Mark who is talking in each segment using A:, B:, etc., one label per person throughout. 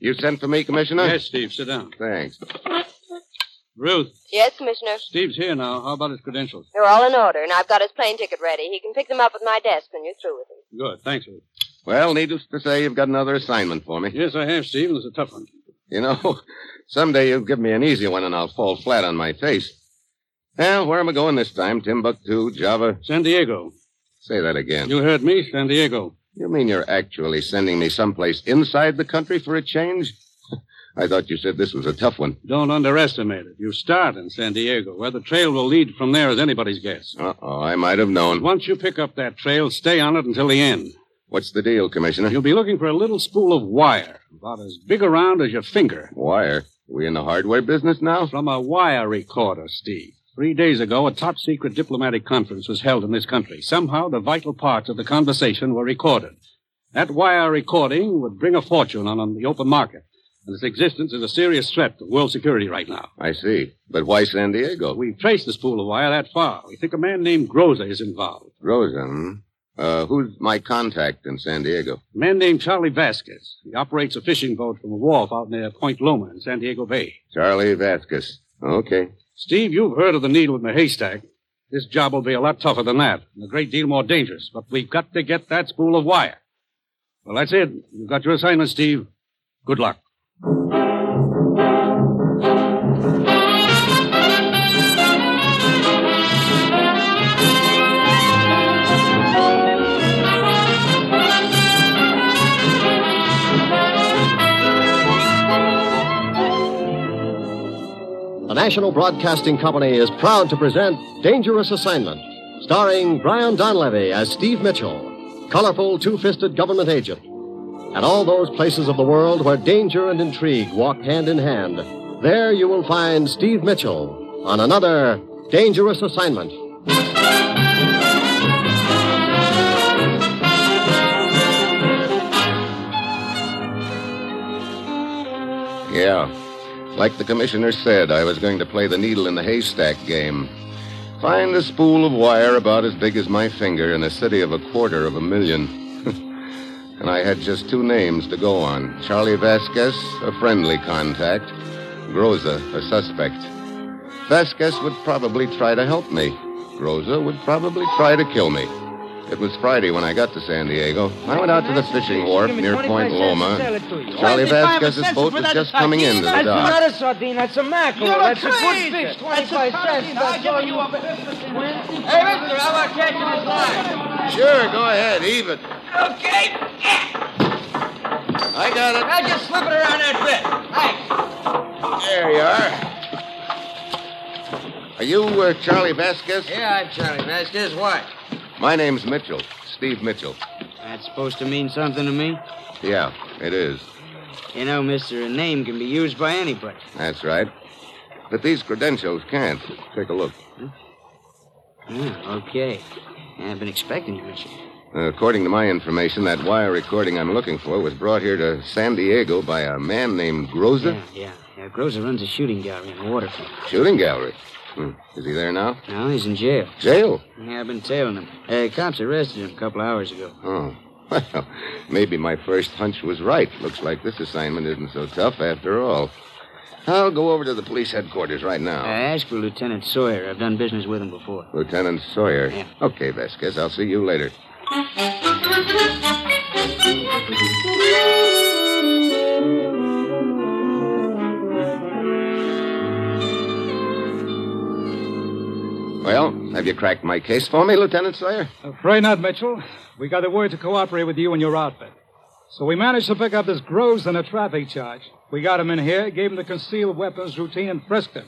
A: You sent for me, Commissioner?
B: Yes, Steve, sit down.
A: Thanks.
B: Ruth,
C: Yes, Commissioner.
B: Steve's here now. How about his credentials?
C: They're all in order, and I've got his plane ticket ready. He can pick them up at my desk when you're through with him.
B: Good, thanks, Ruth.
A: Well, needless to say, you've got another assignment for me.
B: Yes, I have, Steve, and it's a tough one.
A: You know, someday you'll give me an easy one and I'll fall flat on my face. Well, where am I going this time? Timbuktu, Java?
B: San Diego.
A: Say that again. You,
B: You heard me, San Diego.
A: mean you're actually sending me someplace inside the country for a change? I thought you said this was a tough one.
B: Don't underestimate it. You start in San Diego. Where the trail will lead from there is anybody's guess.
A: Uh-oh, I might have known.
B: Once you pick up that trail, stay on it until the end.
A: What's the deal, Commissioner?
B: You'll be looking for a little spool of wire, about as big around as your finger,
A: Wire. We in the hardware business now?
B: from a wire recorder, Steve. Three days ago, a top secret diplomatic conference was held in this country. Somehow, the vital parts of the conversation were recorded. That wire recording would bring a fortune on, on the open market, and its existence is a serious threat to world security right now.
A: I see. But why San Diego?
B: We've traced the spool of wire that far. We think a man named Groza is involved.
A: Rosa, hmm? Uh, who's my contact in San Diego?
B: A man named Charlie Vasquez. He operates a fishing boat from a wharf out near Point Loma in San Diego Bay.
A: Charlie Vasquez. Okay.
B: Steve, you've heard of the needle in the haystack. This job will be a lot tougher than that, and a great deal more dangerous, but we've got to get that spool of wire. Well, that's it. You've got your assignment, Steve. Good luck.
D: The National Broadcasting Company is proud to present Dangerous Assignment, starring Brian Donlevy as Steve Mitchell, colorful two fisted government agent. At all those places of the world where danger and intrigue walk hand in hand, there you will find Steve Mitchell on another Dangerous Assignment.
A: Yeah. Like the commissioner said, I was going to play the needle in the haystack game. Find a spool of wire about as big as my finger in a city of a quarter of a million. and I had just two names to go on Charlie Vasquez, a friendly contact, Groza, a suspect. Vasquez would probably try to help me. Groza would probably try to kill me. It was Friday when I got to San Diego. I went out to the fishing wharf near Point Loma. Charlie Vasquez's boat was just coming into the
E: That's
A: dock.
E: not a sardine. That's a mackerel. that's a good fish. Twenty-five cents. That's all you. Hey, mister, how about catching this line?
A: Sure, go ahead, heave it.
E: Okay.
A: I got
E: Now just slip it around that bit. Thanks.
A: it. There you are. Are you uh, Charlie Vasquez?
E: Yeah, I'm Charlie Vasquez. What?
A: My name's Mitchell, Steve Mitchell.
E: That's supposed to mean something to me.
A: Yeah, it is.
E: You know, mister, a name can be used by anybody.
A: That's right. But these credentials can't. Take a look.
E: Yeah, okay. I've been expecting you, mister.
A: Uh, according to my information, that wire recording I'm looking for was brought here to San Diego by a man named Groza.
E: Yeah, yeah. Yeah, Groza runs a shooting gallery in Waterford.
A: Shooting gallery. Hmm. Is he there now?
E: Now he's in jail.
A: Jail.
E: Yeah, I've been tailing him. Uh, cops arrested him a couple hours ago.
A: Oh. Well, maybe my first hunch was right. Looks like this assignment isn't so tough after all. I'll go over to the police headquarters right now.
F: I asked Uh, for Lieutenant Sawyer. I've done business with him before.
A: Lieutenant Sawyer. Okay, Vasquez. I'll see you later. Well, have you cracked my case for me, Lieutenant Sawyer?
G: Afraid not, Mitchell. We got the word to cooperate with you and your outfit. So we managed to pick up this Groves on a traffic charge. We got him in here, gave him the concealed weapons routine, and frisked him.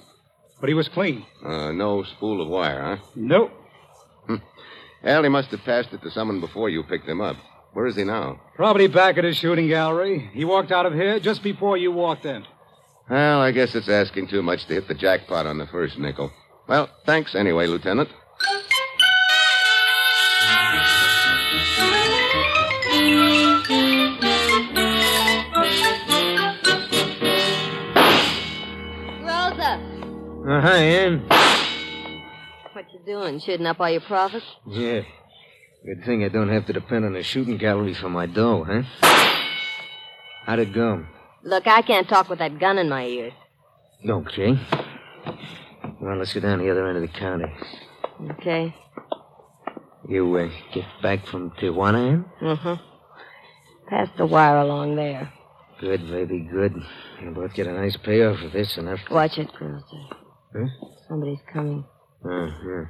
G: But he was clean.
A: Uh, no spool of wire, huh? Hm.
G: Nope.
A: Well, he must have passed it to someone before you picked him up. Where is he now?
G: Probably back at his shooting gallery. He walked out of here just before you walked in.
A: Well, I guess it's asking too much to hit the jackpot on the first nickel. Well, thanks anyway, Lieutenant.
C: Rosa,
F: Uh, hi, Ann.
C: what you doing? Shooting up all your profits?
F: Yeah. Good thing I don't have to depend on a shooting gallery for my dough, huh? How'd it go?
C: Look, I can't talk with that gun in my ears.
F: Okay. Well, let's go down the other end of the counter.
C: Okay.
F: You uh, get back from Tijuana, eh? Ann?
C: Mm-hmm. Pass the wire along there.
F: Good, baby, good. You'll both get a nice payoff for this and after.
C: Watch it, Rosa.
F: Huh?
C: Somebody's coming.
F: Uh-huh.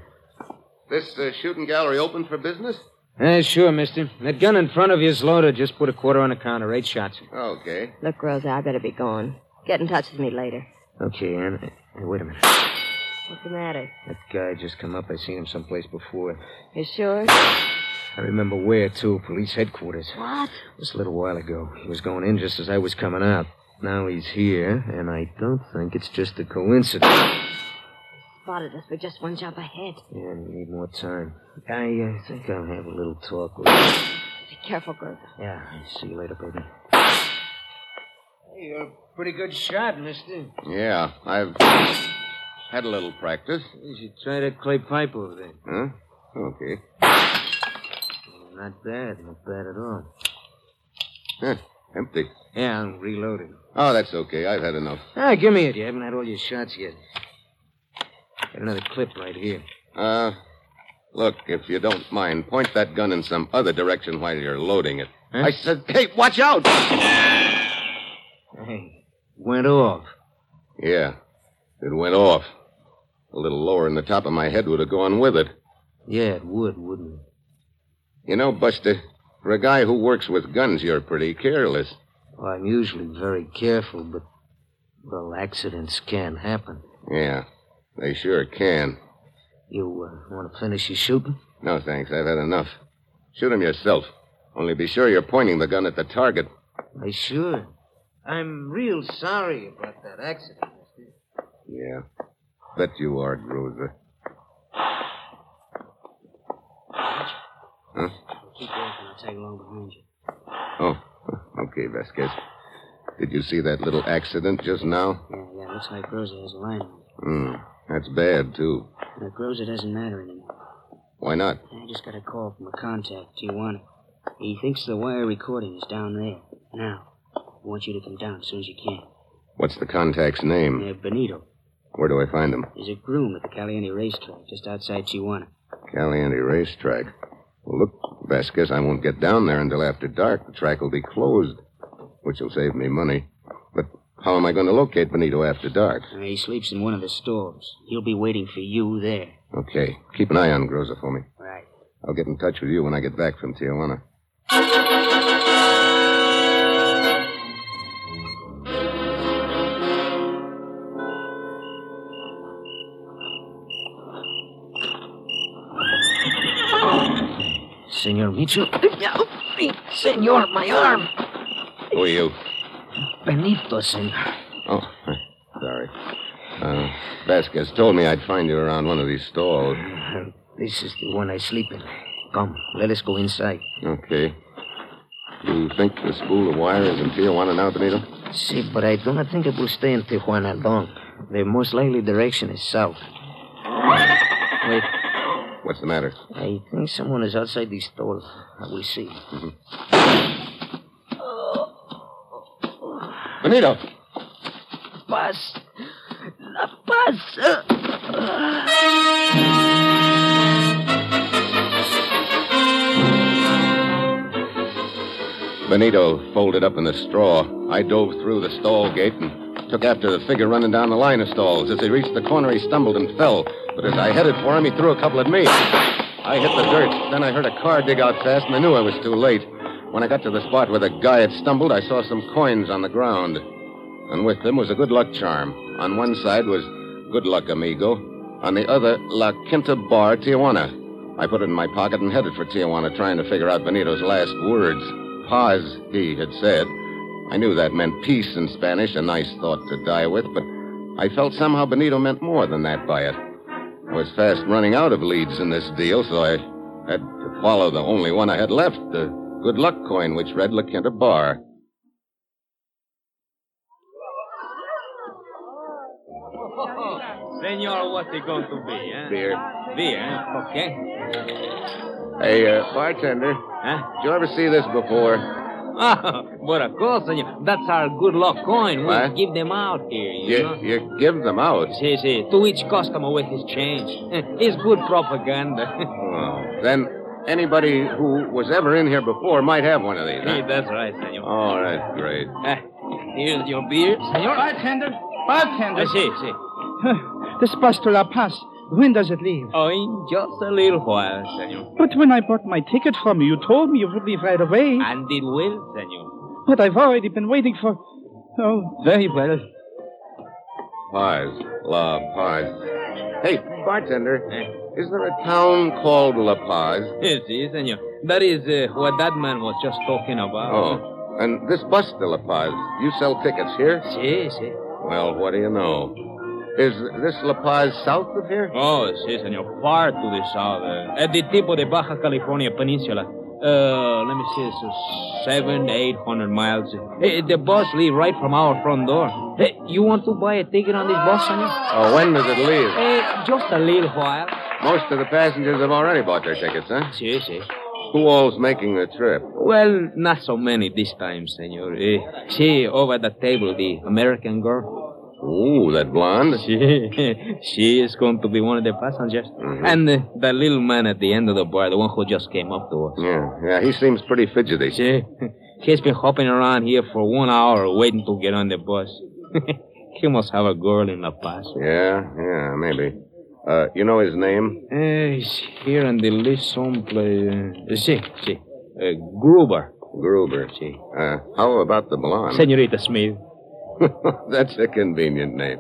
A: This uh, shooting gallery open for business?
F: Eh, sure, mister. That gun in front of you is loaded. Just put a quarter on the counter. Eight shots.
A: Okay.
C: Look, Rosa, I better be going. Get in touch with me later.
F: Okay, Ann. Hey, wait a minute.
C: What's the matter?
F: That guy just come up. I seen him someplace before.
C: You sure?
F: I remember where, too. Police headquarters.
C: What?
F: Just a little while ago. He was going in just as I was coming out. Now he's here, and I don't think it's just a coincidence.
C: Spotted us. We're just one jump ahead.
F: Yeah, we need more time. I uh, think I'll have a little talk with him.
C: Be careful, Rosa.
F: Yeah, see you later, baby. Hey, you're a pretty good shot, mister.
A: Yeah, I've had a little practice.
F: You should try that clay pipe over there.
A: Huh? Okay.
F: Not bad, not bad at all.
A: Huh, Empty.
F: Yeah, I'm reloading.
A: Oh, that's okay. I've had enough.
F: Ah, give me it. You haven't had all your shots yet. Got another clip right here.
A: Uh, look, if you don't mind, point that gun in some other direction while you're loading it.
F: Huh?
A: I said, hey, watch out!
F: Hey, went off.
A: Yeah, it went off. A little lower in the top of my head would have gone with it.
F: Yeah, it would, wouldn't it?
A: You know, Buster, for a guy who works with guns, you're pretty careless.
F: Well, I'm usually very careful, but, well, accidents can happen.
A: Yeah, they sure can.
F: You uh, want to finish your shooting?
A: No, thanks. I've had enough. Shoot him yourself. Only be sure you're pointing the gun at the target.
F: I sure. I'm real sorry about that accident, mister.
A: Yeah. Bet you are, Groza. Huh?
F: Keep walking. I'll tag along behind you.
A: Oh, okay, Vasquez. Did you see that little accident just now?
F: Yeah, yeah, looks like Rosa has a line on
A: Hmm. That's bad, too.
F: it. Look, Rosa doesn't matter anymore.
A: Why not?
F: I just got a call from a contact, Tijuana. He thinks the wire recording is down there. Now, I want you to come down as soon as you can.
A: What's the contact's name?
F: Uh, Benito
A: Where do I find him?
F: is a groom at the Caliente racetrack just outside Tijuana.
A: Caliente Racetrack. Well, look, Vasquez, I won't get down there until after dark. The track will be closed, which will save me money. But how am I going to locate Benito after dark?
F: Uh, he sleeps in one of the stores. He'll be waiting for you there.
A: Okay, keep an eye on Groza for me.
F: Right.
A: I'll get in touch with you when I get back from Tijuana.
F: Senor Mitchell,
C: No, senor, my arm.
A: Who are you?
F: Benito, senor.
A: Oh, sorry. Uh, Vasquez told me I'd find you around one of these stalls.
F: Uh, This is the one I sleep in. Come, let us go inside.
A: Okay. You think the spool of wire is in Tijuana now, Benito?
F: See, but I do not think it will stay in Tijuana long. The most likely direction is south. Wait,
A: What's the matter?
F: I think someone is outside the store. I will see.
A: Mm-hmm. Benito!
H: bus. The bus.
A: Benito folded up in the straw. I dove through the stall gate and took after the figure running down the line of stalls. As he reached the corner, he stumbled and fell. But as I headed for him, he threw a couple at me. I hit the dirt. Then I heard a car dig out fast, and I knew I was too late. When I got to the spot where the guy had stumbled, I saw some coins on the ground. And with them was a good luck charm. On one side was Good Luck Amigo. On the other, La Quinta Bar, Tijuana. I put it in my pocket and headed for Tijuana, trying to figure out Benito's last words. Paz, he had said. I knew that meant peace in Spanish, a nice thought to die with, but I felt somehow Benito meant more than that by it. I was fast running out of leads in this deal, so I had to follow the only one I had left, the good luck coin, which read La Quinta Bar.
I: Senor, what's it going to be, huh?
A: Beer.
I: Beer, eh? huh? okay.
A: Hey, uh, bartender.
I: Huh?
A: Did you ever see this before?
I: Oh, but of course, senor. That's our good luck coin. We
A: What?
I: give them out here, you
A: You,
I: know.
A: you give them out.
I: Si, si, to each customer with his change. it's good propaganda.
A: Oh, then anybody who was ever in here before might have one of these.
I: Hey,
A: Huh?
I: that's right, senor.
A: All right, great.
I: Uh, here's your beer, senor.
J: Bartender. Bartender.
I: Uh, si, si.
J: This bus to La Paz. When does it leave?
I: Oh, in just a little while, senor.
J: But when I bought my ticket from you, you told me it would leave right away.
I: And it will, senor.
J: But I've already been waiting for. Oh, very well.
A: Paz. La Paz. Hey, bartender, is there a town called La Paz?
I: Yes, si, senor. That is uh, what that man was just talking about.
A: Oh, and this bus to La Paz, you sell tickets here?
I: Si, si.
A: Well, what do you know? Is this La Paz south of here?
I: Oh, si, senor. Far to the south. Uh, at the tip of the Baja California Peninsula. Uh, let me see, it's uh, seven, eight hundred miles. Eh, the bus leave right from our front door. Eh, you want to buy a ticket on this bus, senor?
A: Oh, when does it leave?
I: Eh, just a little while.
A: Most of the passengers have already bought their tickets, huh?
I: Si, si.
A: Who all's making the trip?
I: Well, not so many this time, senor. Eh, she over the table, the American girl.
A: Ooh, that blonde.
I: She, she is going to be one of the passengers.
A: Mm-hmm.
I: And uh, the little man at the end of the bar, the one who just came up to us.
A: Yeah, yeah, he seems pretty fidgety.
I: See? He's been hopping around here for one hour waiting to get on the bus. he must have a girl in La Paz.
A: Yeah, yeah, maybe. Uh, you know his name?
I: Eh, he's here on the list someplace. Uh, see, see. Uh, Gruber.
A: Gruber.
I: See.
A: Uh, how about the blonde?
I: Senorita Smith.
A: That's a convenient name.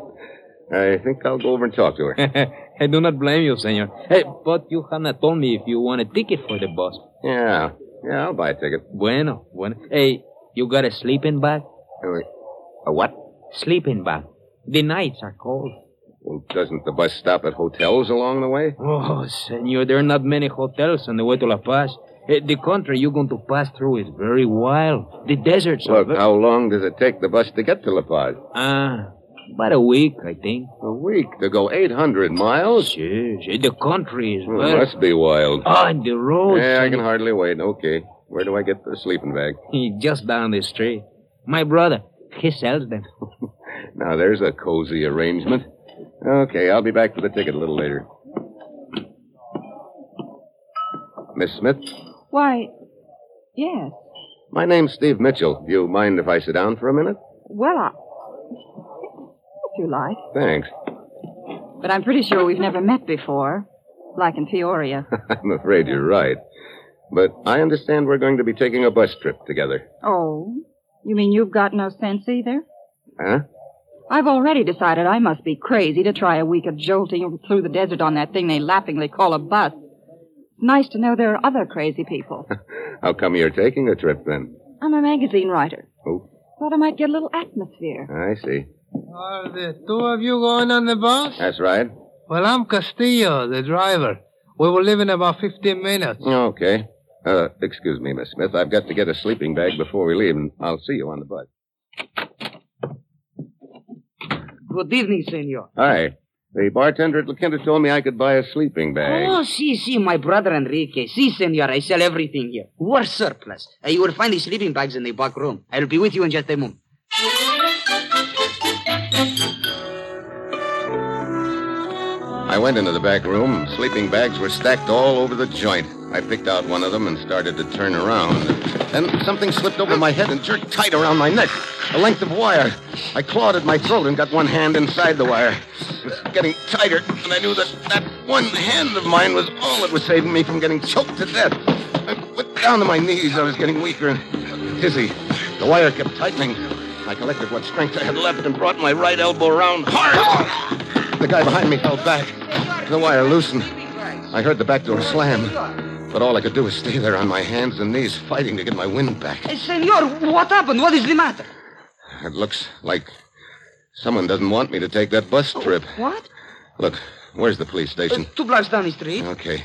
A: I think I'll go over and talk to her.
I: I do not blame you, senor. Hey, but you have not told me if you want a ticket for the bus.
A: yeah, yeah, I'll buy a ticket.
I: Bueno, bueno. Hey, you got a sleeping bag?
A: Anyway, a what?
I: Sleeping bag. The nights are cold.
A: Well, doesn't the bus stop at hotels along the way?
I: Oh, senor, there are not many hotels on the way to La Paz. Eh, The country you're going to pass through is very wild. The deserts are.
A: Look,
I: ve-
A: how long does it take the bus to get to La Paz?
I: Ah, about a week, I think.
A: A week to go 800 miles?
I: Yes, eh, the country is
A: Well, it
I: very.
A: must be wild.
I: Oh, and the roads.
A: yeah, I
I: senor.
A: can hardly wait. Okay. Where do I get the sleeping bag?
I: Just down the street. My brother, he sells them.
A: Now, there's a cozy arrangement. Okay, I'll be back for the ticket a little later. Miss Smith,
H: Why, yes.
A: my name's Steve Mitchell. Do you mind if I sit down for a minute?
H: Well, I. If you like.
A: Thanks.
H: But I'm pretty sure we've never met before. Like in Peoria.
A: I'm afraid you're right. But I understand we're going to be taking a bus trip together.
H: oh. You mean you've got no sense either?
A: Huh?
H: I've already decided I must be crazy to try a week of jolting through the desert on that thing they laughingly call a bus. Nice to know there are other crazy people.
A: How come you're taking a trip then?
H: I'm a magazine writer.
A: Oh.
H: Thought I might get a little atmosphere.
A: I see.
K: Are the two of you going on the bus?
A: That's right.
K: Well, I'm Castillo, the driver. We will leave in about 15 minutes.
A: Okay. Uh, excuse me, Miss Smith. I've got to get a sleeping bag before we leave, and I'll see you on the bus.
L: Good evening, senor.
A: Hi. The bartender at La Quinta told me I could buy a sleeping bag.
L: Oh, see, see, my brother Enrique. See, senor, I sell everything here. War surplus. Uh, you will find the sleeping bags in the back room. I'll be with you in just a moment.
A: I went into the back room. Sleeping bags were stacked all over the joint. I picked out one of them and started to turn around. Then something slipped over my head and jerked tight around my neck. A length of wire. I clawed at my throat and got one hand inside the wire. It was getting tighter, and I knew that that one hand of mine was all that was saving me from getting choked to death. I went down to my knees. I was getting weaker and dizzy. The wire kept tightening. I collected what strength I had left and brought my right elbow around hard. The guy behind me held back. The wire loosened. I heard the back door slam. But all I could do was stay there on my hands and knees, fighting to get my wind back.
L: Hey, senor, what happened? What is the matter?
A: It looks like someone doesn't want me to take that bus trip.
L: What? Uh,
A: Look, where's the police station?
L: Two blocks down the street.
A: Okay.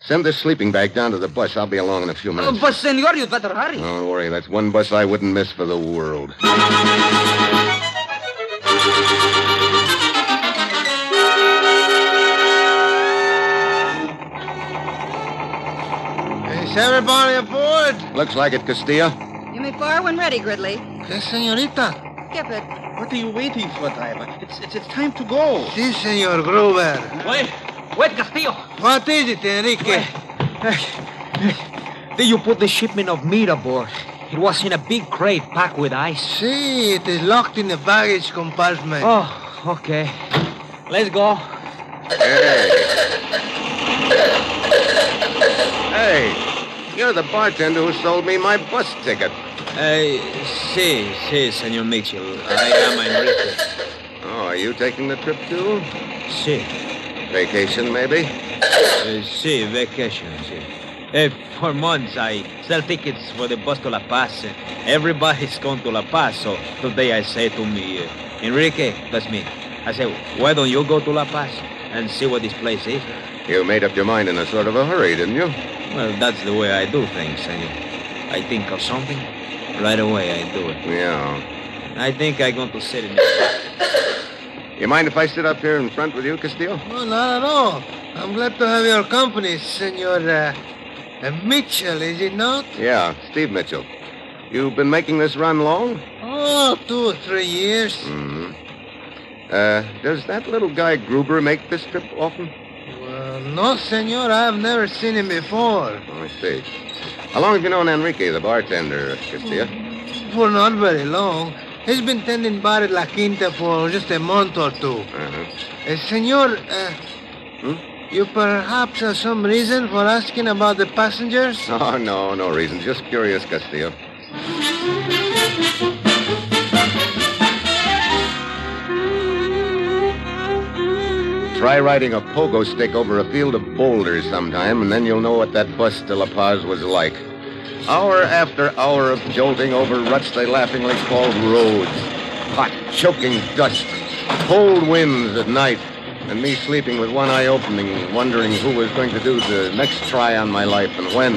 A: Send this sleeping bag down to the bus. I'll be along in a few minutes.
L: Uh, but, senor, you better hurry.
A: Don't worry, that's one bus I wouldn't miss for the world.
M: Is everybody aboard?
A: Looks like it, Castilla.
C: You may fire when ready, Gridley.
M: Yes, senorita.
C: Skip it.
M: What are you waiting for, driver? It's, it's, it's time to go.
K: Si, Senor Gruber.
M: Wait. Wait, Castillo.
K: What is it, Enrique?
N: Did you put the shipment of meat aboard? It was in a big crate packed with ice.
K: See, it is locked in the baggage compartment.
N: Oh, okay. Let's go.
A: Hey, you're the bartender who sold me my bus ticket.
N: Hey, si, si, Senor Mitchell. I am Enrique.
A: Oh, are you taking the trip too?
N: Si,
A: Vacation, maybe?
N: uh, si, vacation, si. Uh, for months, I sell tickets for the bus to La Paz. Everybody's gone to La Paz, so today I say to me, uh, Enrique, that's me. I say, why don't you go to La Paz and see what this place is?
A: You made up your mind in a sort of a hurry, didn't you?
N: Well, that's the way I do things, Senor. I think of something, right away I do it.
A: Yeah.
N: I think I'm going to sit in this.
A: You mind if I sit up here in front with you, Castillo?
K: No, not at all. I'm glad to have your company, Senor uh, uh, Mitchell, is it not?
A: Yeah, Steve Mitchell. You've been making this run long?
K: Oh, two or three years.
A: hmm Uh, does that little guy Gruber make this trip often?
K: Well, no, Senor, I've never seen him before.
A: Oh, I see. How long have you known Enrique, the bartender, Castillo?
K: Mm-hmm. For not very long. He's been tending bar at La Quinta for just a month or two.
A: Uh-huh.
K: Uh, senor, uh,
A: Hmm?
K: you perhaps have some reason for asking about the passengers?
A: Oh, no, no reason. Just curious, Castillo. Try riding a pogo stick over a field of boulders sometime, and then you'll know what that bus to La Paz was like. Hour after hour of jolting over ruts they laughingly called roads. Hot, choking dust, cold winds at night, and me sleeping with one eye opening, wondering who was going to do the next try on my life and when.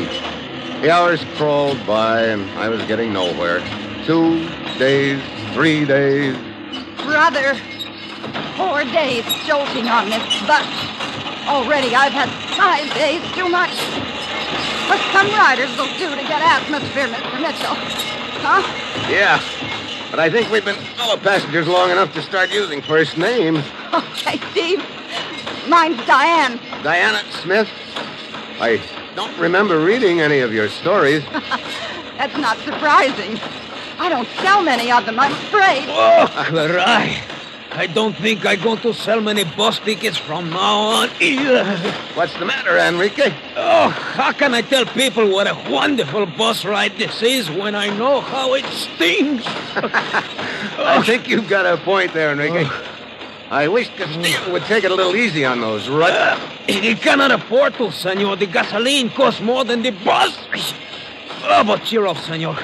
A: The hours crawled by, and I was getting nowhere. Two days, three days.
H: Brother, four days jolting on this bus. Already I've had five days too much. What some riders will do to get atmosphere, Mr. Mitchell. Huh?
A: Yeah, but I think we've been fellow passengers long enough to start using first names.
H: Okay, Steve. Mine's Diane.
A: Diana Smith. I don't remember reading any of your stories.
H: That's not surprising. I don't sell many of them, I'm afraid.
N: Oh, Caray. I don't think I'm going to sell many bus tickets from now on either.
A: What's the matter, Enrique?
N: Oh, how can I tell people what a wonderful bus ride this is when I know how it stings?
A: I think you've got a point there, Enrique. I wish Castillo would take it a little easy on those ruts.
N: He cannot afford to, senor. The gasoline costs more than the bus. Oh, but cheer up, senor.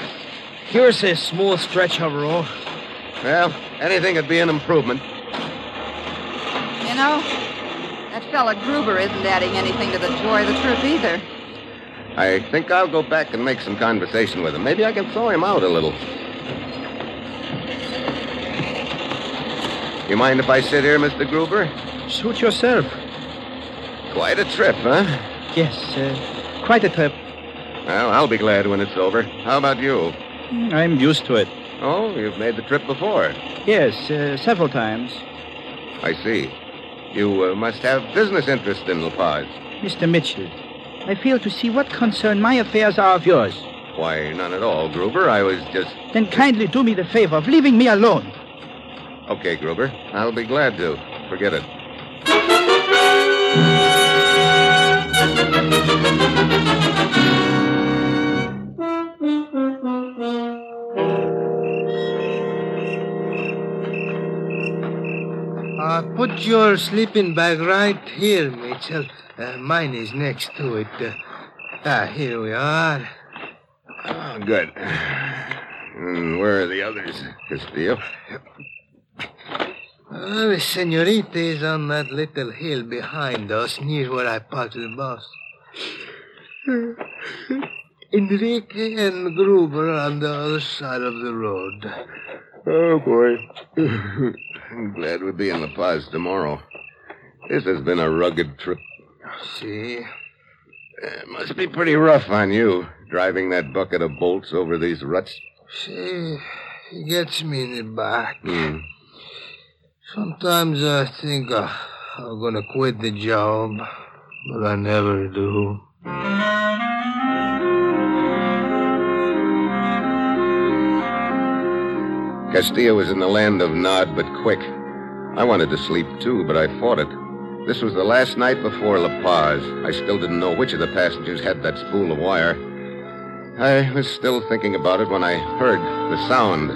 N: Here's a small stretch of road.
A: Well, anything would be an improvement.
H: You know, that fella Gruber isn't adding anything to the joy of the trip either.
A: I think I'll go back and make some conversation with him. Maybe I can throw him out a little. You mind if I sit here, Mr. Gruber?
J: Suit yourself.
A: Quite a trip, huh?
J: Yes, uh, quite a trip.
A: Well, I'll be glad when it's over. How about you?
J: I'm used to it.
A: Oh, you've made the trip before.
J: Yes, uh, several times.
A: I see. You uh, must have business interest in La Paz.
J: Mr. Mitchell, I fail to see what concern my affairs are of yours.
A: Why, none at all, Gruber. I was just.
J: Then kindly do me the favor of leaving me alone.
A: Okay, Gruber. I'll be glad to. Forget it.
K: Uh, put your sleeping bag right here, Mitchell. Uh, mine is next to it. Uh, ah, here we are.
A: Oh, good. And where are the others, Castillo?
K: Uh, the senorita is on that little hill behind us, near where I parked the bus. Enrique and Gruber on the other side of the road.
A: Oh, boy. I'm glad we'll be in La Paz tomorrow. This has been a rugged trip.
K: See?
A: It must be pretty rough on you, driving that bucket of bolts over these ruts.
K: See, he gets me in the back.
A: Hmm.
K: Sometimes I think uh, I'm going to quit the job, but I never do.
A: Castillo was in the land of Nod but Quick. I wanted to sleep too, but I fought it. This was the last night before La Paz. I still didn't know which of the passengers had that spool of wire. I was still thinking about it when I heard the sound.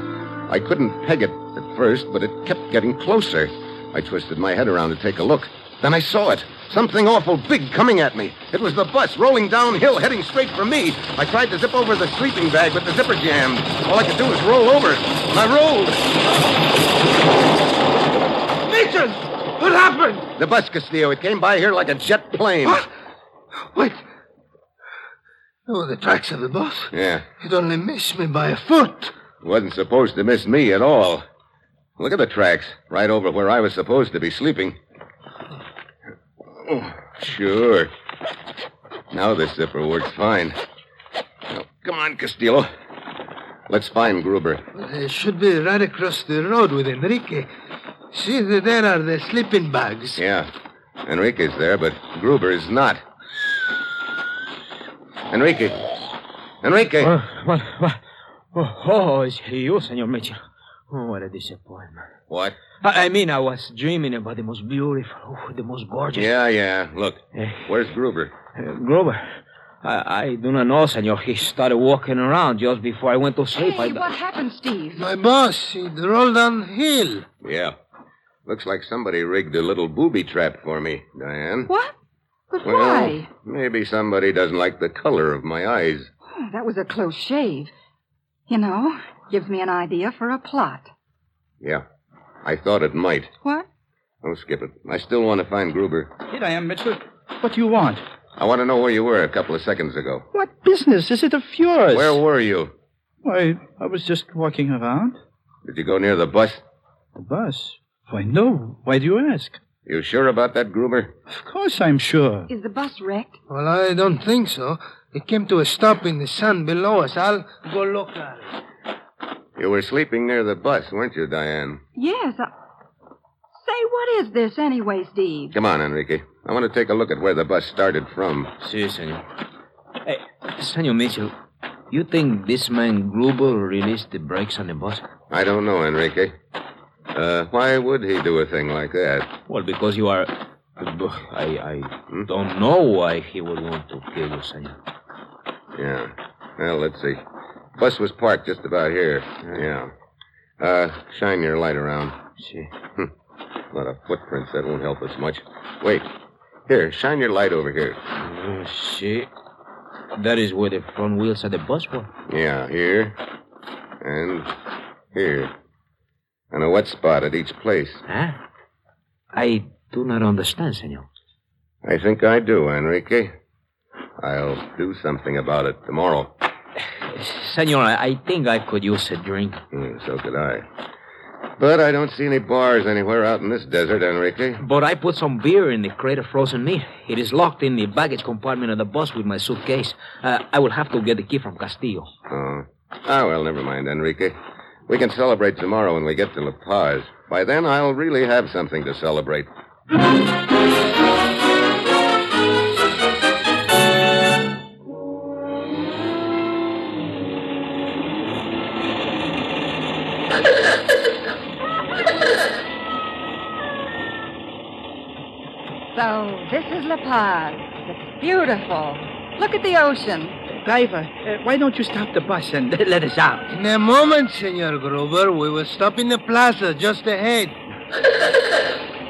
A: I couldn't peg it at first, but it kept getting closer. I twisted my head around to take a look. Then I saw it. Something awful big coming at me. It was the bus rolling downhill, heading straight for me. I tried to zip over the sleeping bag, but the zipper jammed. All I could do was roll over, and I rolled.
E: Mitchell! What happened?
A: The bus, Castillo, it came by here like a jet plane.
K: Oh, the tracks of the bus.
A: Yeah,
K: It only missed me by a foot.
A: wasn't supposed to miss me at all. Look at the tracks, right over where I was supposed to be sleeping. Oh, sure. Now this zipper works fine. Now, come on, Castillo. Let's find Gruber.
K: It should be right across the road with Enrique. See, th- there are the sleeping bags.
A: Yeah. Enrique's there, but Gruber is not. Enrique. Enrique.
I: What? what? Ah, Oh, oh, it's you, Senor Mitchell. Oh, what a disappointment.
A: What?
I: Ah, I, I mean, I was dreaming about the most beautiful, oh, the most gorgeous.
A: Yeah, yeah. Look. Where's Gruber?
I: Uh, Grover, I, I do not know, Senor. He started walking around just before I went to sleep. I,
H: Hey, what happened, Steve?
K: My boss, he rolled downhill.
A: Yeah. Looks like somebody rigged a little booby trap for me, Diane.
H: What? But
A: Well,
H: why?
A: maybe somebody doesn't like the color of my eyes.
H: Oh, that was a close shave. You know, gives me an idea for a plot.
A: Yeah. I thought it might.
H: What?
A: Oh, skip it. I still want to find Gruber.
J: Here I am, Mitchell. What do you want?
A: I want to know where you were a couple of seconds ago.
J: What business is it of yours?
A: Where were you?
J: Why, I was just walking around.
A: Did you go near the bus?
J: The bus? Why, no. Why do you ask?
A: You sure about that, Gruber?
J: Of course I'm sure.
H: Is the bus wrecked?
K: Well, I don't think so. It came to a stop in the sun below us. I'll go look at it.
A: You were sleeping near the bus, weren't you, Diane?
H: Yes. I... Say, what is this anyway, Steve?
A: Come on, Enrique. I want to take a look at where the bus started from.
I: Si, senor. Hey, Senor Mitchell, you think this man Gruber released the brakes on the bus?
A: I don't know, Enrique. Uh, why would he do a thing like that? Hmm?
I: Well, because you are. I, I don't know why he would want to kill you, senor.
A: Yeah. Well, let's see. Bus was parked just about here. Yeah. Uh, shine your light around. Hmm.
I: See.
A: A lot of footprints. That won't help us much. Wait. Here, shine your light over here.
I: Uh, see. That is where the front wheels of the bus were.
A: Yeah, here. And here. And a wet spot at each place.
I: Huh? I do not understand, senor.
A: I think I do, Enrique. I'll do something about it tomorrow.
I: Senor, I, I think I could use a drink.
A: Hmm, so could I. But I don't see any bars anywhere out in this desert, Enrique.
I: But I put some beer in the crate of frozen meat. It is locked in the baggage compartment of the bus with my suitcase. Uh, I will have to get the key from Castillo.
A: Oh. Ah, well, never mind, Enrique. We can celebrate tomorrow when we get to La Paz. By then, I'll really have something to celebrate.
H: So, this is La Paz. It's beautiful. Look at the ocean.
J: Driver, uh, why don't you stop the bus and let us out?
K: In a moment, Senor Grover, we will stop in the plaza just ahead.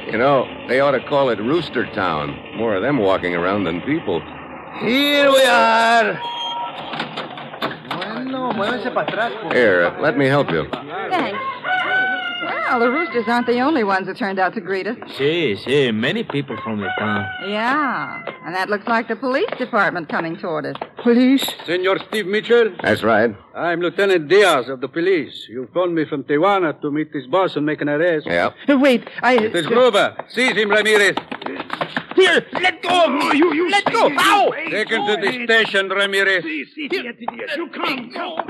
A: You know, they ought to call it Rooster Town. More of them walking around than people.
K: Here we are.
A: Here, uh, let me help you.
H: Thanks. Well, the roosters aren't the only ones who turned out to greet us.
N: See, see, many people from the town.
H: Yeah, and that looks like the police department coming toward us.
J: Police?
B: Senor Steve Mitchell?
A: That's right.
B: I'm Lieutenant Diaz of the police. You phoned me from Tijuana to meet this boss and make an arrest.
A: Yeah.
J: Uh, Wait, I.
B: It is Gruber. Seize him, Ramirez.
J: Here, let go of me. You, you. Let go. Ow!
B: Take him to the station, Ramirez.
J: You come, come.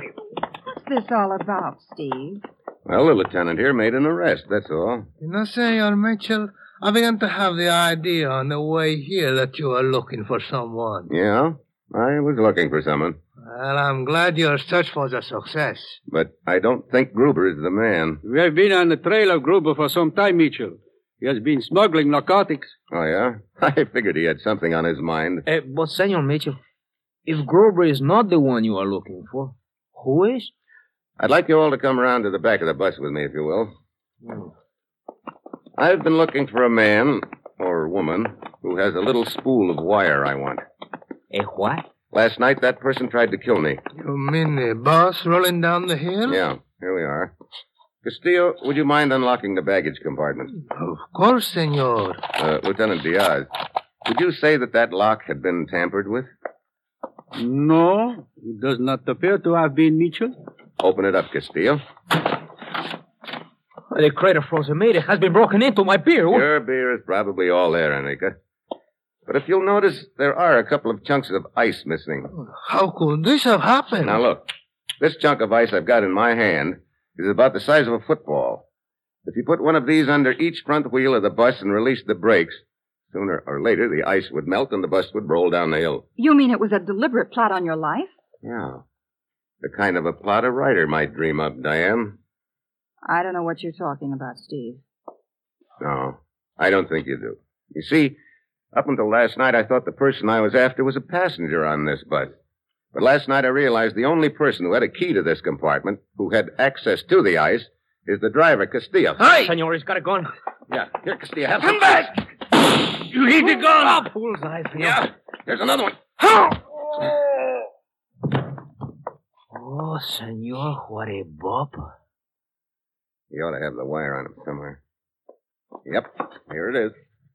H: What's this all about, Steve?
A: Well, the lieutenant here made an arrest, that's all.
K: You know, Senor Mitchell, I began to have the idea on the way here that you are looking for someone.
A: Yeah? I was looking for someone,
K: Well, I'm glad your search was a success.
A: but I don't think Gruber is the man.
B: We have been on the trail of Gruber for some time, Mitchell. He has been smuggling narcotics. Eh,
A: Oh, yeah? I figured he had something on his mind.
I: Uh, but, Senor Mitchell, if Grover is not the one you are looking for, who is?
A: I'd like you all to come around to the back of the bus with me, if you will. I've been looking for a man, or woman, who has a little spool of wire I want.
I: A what?
A: Last night, that person tried to kill me.
K: You mean the boss rolling down the hill?
A: Yeah, here we are. Castillo, would you mind unlocking the baggage compartment?
K: Of course, senor.
A: Uh, Lieutenant Diaz, would you say that that lock had been tampered with?
B: No, it does not appear to have been Mitchell.
A: Open it up, Castillo.
I: The crate of frozen meat has been broken into my beer. What-
A: Your beer is probably all there, Enrica. But if you'll notice, there are a couple of chunks of ice missing.
K: How could this have happened?
A: Now look, this chunk of ice I've got in my hand is about the size of a football. If you put one of these under each front wheel of the bus and release the brakes, sooner or later the ice would melt and the bus would roll down the hill.
H: You mean it was a deliberate plot on your life?
A: Yeah. The kind of a plot a writer might dream up, Diane.
H: I don't know what you're talking about, Steve.
A: No, I don't think you do. You see, up until last night, I thought the person I was after was a passenger on this bus. But last night, I realized the only person who had a key to this compartment, who had access to the ice, is the driver, Castillo.
I: Senor, he's got a gun.
A: Yeah, here, Castillo, have
I: Come
A: back!
I: You
A: need the gun!
I: Ah, bullseye, Senor. Yeah.
A: There's another one.
I: Oh, Senor, what a bopper.
A: He ought to have the wire on him somewhere. Yep, here it is.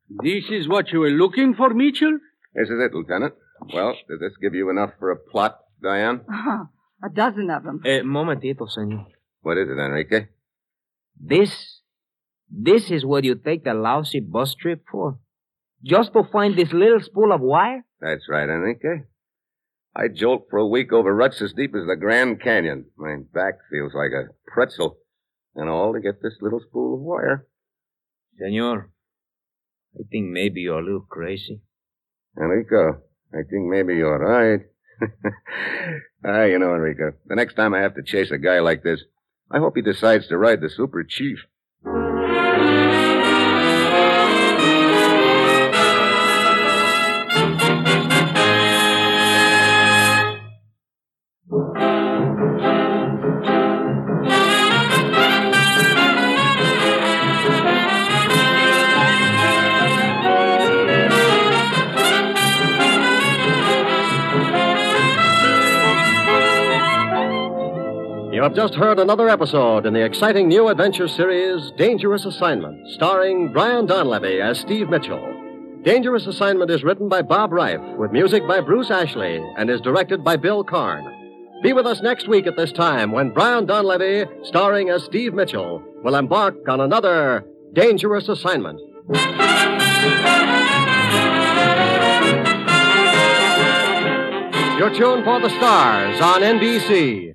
B: This is what you were looking for, Mitchell?
A: This is it, Lieutenant. Well, does this give you enough for a plot, Diane?
H: Uh-huh. a dozen of them.
I: Eh, momentito, Senor.
A: What is it, Enrique?
I: This, this is what you take the lousy bus trip for? Just to find this little spool of wire?
A: That's right, Enrique. I jolt for a week over ruts as deep as the Grand Canyon. My back feels like a pretzel. And all to get this little spool of wire.
I: Senor, I think maybe you're a little crazy.
A: Enrico, I think maybe you're right. ah, you know, Enrico, the next time I have to chase a guy like this, I hope he decides to ride the super chief.
D: You have just heard another episode in the exciting new adventure series, Dangerous Assignment, starring Brian Donlevy as Steve Mitchell. Dangerous Assignment is written by Bob Reif, with music by Bruce Ashley, and is directed by Bill Karn. Be with us next week at this time when Brian Donlevy, starring as Steve Mitchell, will embark on another Dangerous Assignment. You're tuned for the stars on NBC.